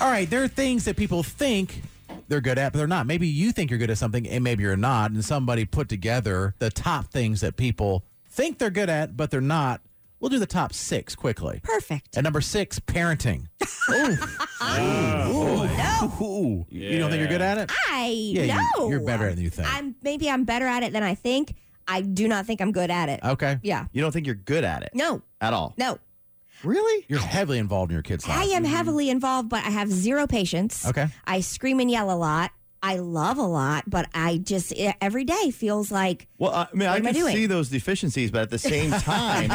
all right, there are things that people think they're good at, but they're not. Maybe you think you're good at something, and maybe you're not. And somebody put together the top things that people think they're good at, but they're not. We'll do the top six quickly. Perfect. At number six, parenting. Ooh. You don't think you're good at it? I Yeah, you- know. you're better than you think. I'm maybe I'm better at it than I think. I do not think I'm good at it. Okay. yeah. You don't think you're good at it? No. At all? No. Really? You're heavily involved in your kids' I lives. am heavily involved, but I have zero patience. Mm-hmm. Okay. I scream and yell a lot. I love a lot, but I just e- every day feels like Well, I mean, I am I can doing? see those deficiencies, but at the same time,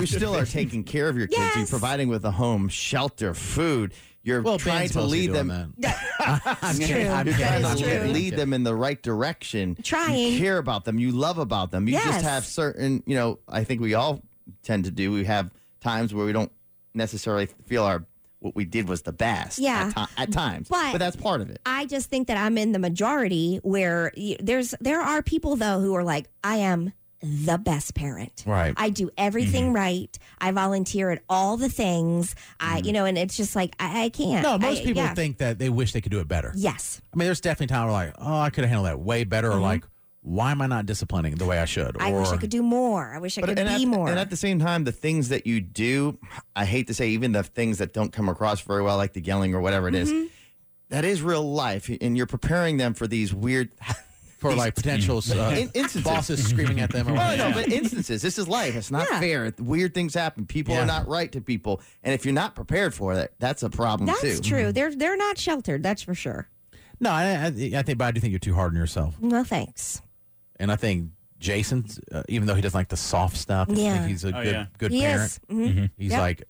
you. still are taking care of your kids. You're Yes. providing with a home, shelter, food. You're Well, trying Ben's to mostly lead doing them. That. I'm It's kidding. true. I'm kidding. That You're trying is to I'm le- true. kidding. lead them in the right direction. Trying. You care about them. You love about them. You Yes. just have certain, you know, I think we all tend to do. We have times where we don't necessarily feel our what we did was the best. Yeah. At, ti- at times. But- that's part of it. I just think that I'm in the majority where y- there's there are people though who are like I am the best parent. Right. Mm-hmm. I do everything right. I volunteer at all the things. I you know and it's just like I, I can't. Mm-hmm. No, most I- people yeah. think that they wish they could do it better. Yes. I mean, there's definitely times where like, oh, I could have handled that way better, or like, why am I not disciplining the way I should? Or Mm-hmm. I wish I could do more. I wish I could and be at, more. And at the same time, the things that you do, I hate to say, even the things that don't come across very well, like the yelling or whatever it is, Mm-hmm. that is real life. And you're preparing them for these weird. for like potential uh, In- instances. bosses screaming at them. Or Oh, no, whatever. but instances. This is life. It's not Yeah. fair. Weird things happen. People Yeah. are not right to people. And if you're not prepared for that, that's a problem that's too. Mm-hmm. true. They're they're not sheltered. That's for sure. no, I, I, I think, but I do think you're too hard on yourself, No thanks. and I think Jason, uh, even though he doesn't like the soft stuff, I Yeah. think he's a Oh, good yeah. good He parent. is mhm, He's Yep. like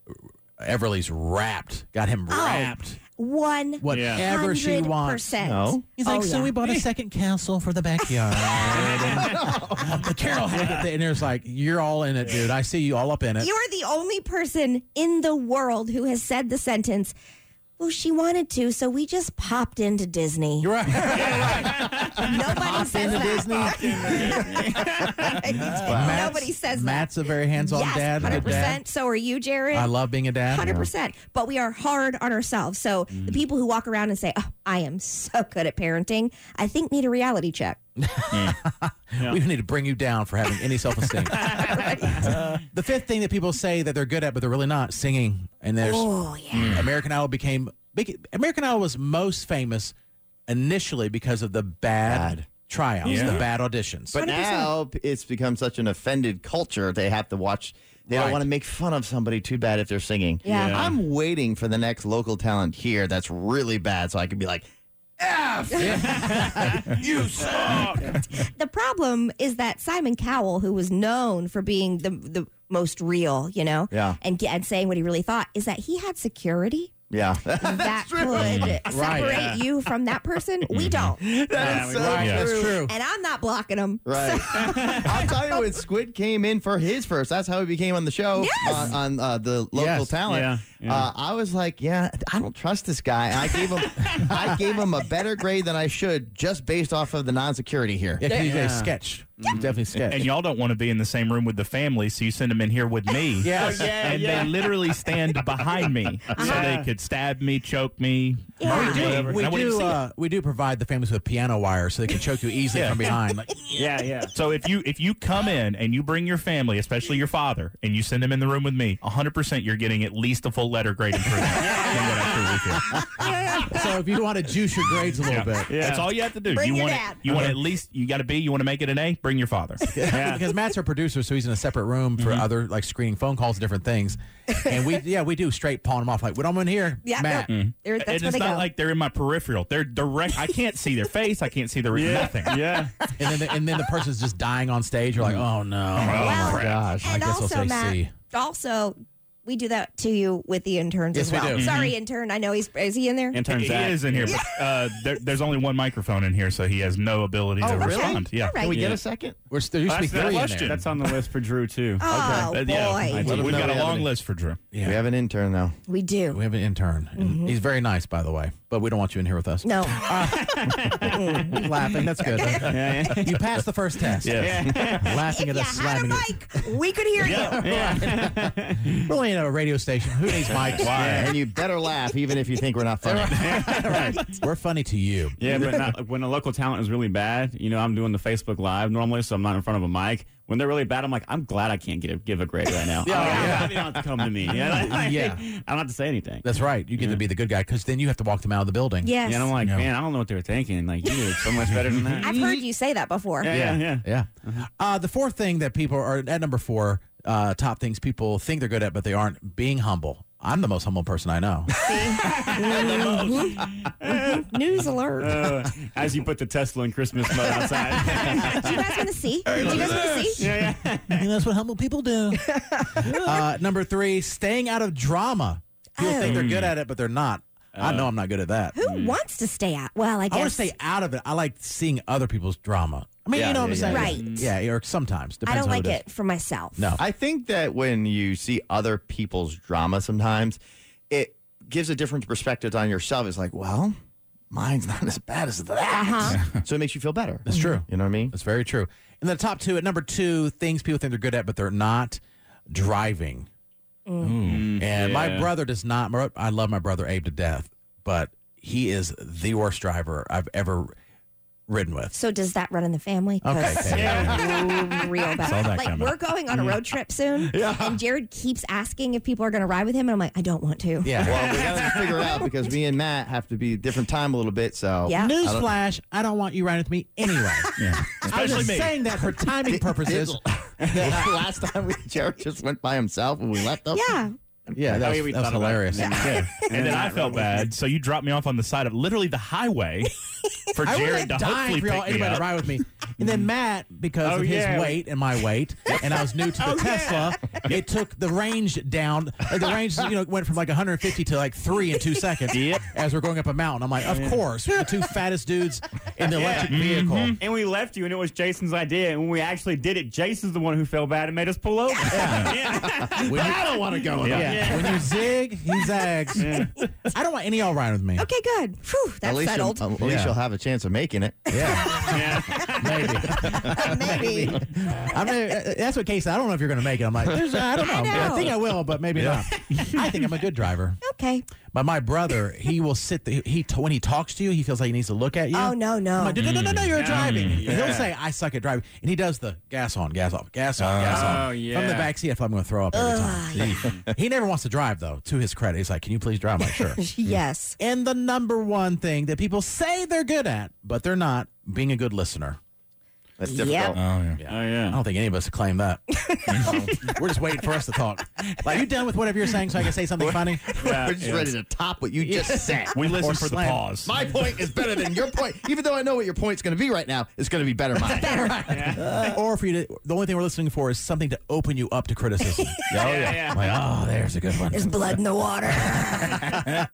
Everly's wrapped, got him wrapped. one Whatever she Mm-hmm. hundred wants. percent. No. He's like, Oh, so yeah. we bought a second castle for the backyard. and, the Carol had it, and there's like, you're all in it, dude. I see you all up in it. You are the only person in the world who has said the sentence, well, she wanted to, so we just popped into Disney. You're right. Nobody says that. Nobody Matt's- says Matt's a very hands-on that. Yes, dad. and a 100%. good dad. So are you, Jared? I Mm. love being a dad. 100%. But we are hard on ourselves. So the people who walk around and say, oh, I am so good at parenting, I think need a reality check. We don't need to bring you down for having any self-esteem. the fifth thing that people say that they're good at, but they're really not, singing. And there's Oh, Mm. yeah. American Idol became big. American Idol was most famous initially because of the bad, tryouts, Yeah. the bad auditions. But now it's become such an offended culture. They have to watch. They Right. don't want to make fun of somebody too bad if they're singing. Yeah. Yeah. I'm waiting for the next local talent here that's really bad, so I can be like, The problem is that Simon Cowell, who was known for being the, the most real, you know, Yeah. and, and saying what he really thought, is that he had security. yeah. that could separate Mm. yeah. Mm-hmm. you from that person. We don't. And That's so right, that's true. true. I'm not blocking them. Right. I'll tell you when Squid came in for his first. That's how he became on the show Yes. on, on uh, the local Yes. talent. Yeah, yeah. Uh, I was like, yeah, I don't trust this guy. And I gave him, I gave him a better grade than I should just based off of the non-security here. Yeah, 'cause he's a Yeah. sketch. Definitely sketch. And y'all don't want to be in the same room with the family, so you send them in here with me. Yes. Oh, yeah, and they literally stand behind me, so they could stab me, choke me, murder me, whatever. we and I wouldn't do see it. uh, we do provide the families with piano wire so they can choke you easily Yeah. from behind. Like, Yeah, yeah. So if you if you come in and you bring your family, especially your father, and you send them in the room with me, 100% you're getting at least a full letter grade improvement. than what I truly feel. so if you want to juice your grades a little bit, That's all you have to do. Bring you your want dad. It, you want at least you got to be. You want to make it an A. Bring your father. because Matt's our producer, so he's in a separate room for Mm-hmm. other like screening phone calls and different things. And we yeah we do straight pawn him off like what I'm in here, Yeah. Matt. no, Mm. there- that's and where it's they not go. like they're in my peripheral. They're direct. I can't see their face. I can't see their nothing. Yeah. And then the, and then the person's just dying on stage. You're like Mm-hmm. oh no, well, Gosh. and I guess I'll also, say Matt, C. also, we do that to you with the interns Yes, as we well. do. Mm-hmm. Sorry, intern. I know he's is he in there? And He turns out. is in here, but uh, there, there's only one microphone in here, so he has no ability to Oh, really? respond. Yeah. All right. Can we get Yeah. a second? We're, there used to be That's the three in question. there. That's on the list for Drew, too. Oh Uh, boy, yeah. do. We've No, got we a long haven't. list for Drew. Yeah. We have an intern now. we do. Mm-hmm. We have an intern. and He's very nice, by the way. but we don't want you in here with us. No. uh, He's laughing. That's good. you passed the first test. Yes. Laughing if at you us, had a slamming. it. mic, we could hear you. Really ain't a radio station. Who needs mics? Yeah, and you better laugh, even if you think we're not funny. We're funny to you. Yeah, but not, when a local talent is really bad, you know, I'm doing the Facebook Live normally, so I'm not in front of a mic. When they're really bad, I'm like, I'm glad I can't get a, give a grade right now. yeah, I'm glad they don't have to come to me. Yeah, like, Yeah. I don't have to say anything. That's right. You get to be the good guy because then you have to walk them out of the building. Yes. Yeah, and I'm like, No. man, I don't know what they were thinking. Like, you did so much better than that. I've heard you say that before. yeah, yeah, yeah. Mm-hmm. Yeah. Uh, the fourth thing that people are at number four, uh, top things people think they're good at, but they aren't being humble. I'm the most humble person I know. Mm-hmm. News alert. Uh, as you put the Tesla in Christmas mode outside. Do you guys want to see? Do you guys want to see? yeah, yeah. And that's what humble people do. uh, number three, staying out of drama. People think they're good at it, but they're not. I know I'm not good at that. Oh. Who wants to stay out? Well, I guess. Mm. I want to stay out of it. I like seeing other people's drama. I mean, Yeah, you know yeah, what I'm yeah, saying? yeah. Yeah, or sometimes. I Depends don't on who like it. it for myself. No. I think that when you see other people's drama sometimes, it gives a different perspective on yourself. It's like, well, mine's not as bad as Uh-huh. that. So it makes you feel better. That's true. You know what I mean? That's very true. And the top two, at number two, things people think they're good at, but they're not driving. Mm. And my Hmm. Yeah. brother does not. my- I love my brother Abe to death, but he is the worst driver I've ever ridden with. So does that run in the family? 'Cause Okay, there you we're real bad. Saw that Like coming. we're going on a road trip soon, and Jared keeps asking if people are going to ride with him, and I'm like, I don't want to. Yeah. Well, we got to figure out because me and Matt have to be different time a little bit. So Yeah. Newsflash, I don't want you riding with me anyway. I was Especially just me. saying that for timing purposes. last time we, Jared just went by himself and we left him. Yeah. Yeah, that Oh, was, yeah, we that was thought about it. hilarious. Yeah. And then I felt bad, so you dropped me off on the side of literally the highway for I would Jared have to died hopefully for y'all, pick me anybody to up. ride with me. And then Matt, because Oh, of his yeah. weight and my weight, and I was new to the Tesla, it took the range down. Like, the range, you know, went from like 150 to like three in two seconds Yep. as we're going up a mountain. I'm like, of course, we're the two fattest dudes in the electric vehicle. And we left you, and it was Jason's idea. And when we actually did it, Jason's the one who felt bad and made us pull over. Yeah. When you, I don't want to Oh, go. yeah. When you zig, he zags. I don't want any of y'all riding with me. Okay. Good. Phew. At That's least, you'll, settled. at least Yeah. you'll have a chance of making it. Yeah, Yeah. maybe. Maybe. I mean, uh, that's what Kay said. I don't know if you're going to make it. I'm like, there's, I don't know. I, know. think I will, but maybe not. I think I'm a good driver. Okay. But my brother, he will sit. The, he when he talks to you, he feels like he needs to look at you. Oh no I'm no. like, no, no, no, no, you're driving. Mm. Yeah. He'll say, "I suck at driving," and he does the gas on, gas off, gas on, gas Oh, on. yeah. From the back seat, I thought I'm going to throw up every time. he never wants to drive though. To his credit, he's like, "Can you please drive?" I'm like, "Sure." Yes. and the number one thing that people say they're good at, but they're not, being a good listener. That's Yep. difficult. Oh, yeah. Oh I yeah. don't think any of us claim that. We're just waiting for us to talk. Like, you done with whatever you're saying, so I can say something funny. We're just ready to top what you just said. We Or listen for the slam. pause. My point is better than your point. Even though I know what your point's going to be right now, it's going to be better than mine. or for you to, the only thing we're listening for is something to open you up to criticism. oh, yeah. I'm like, oh, there's "Ah, a good one. There's blood in the water.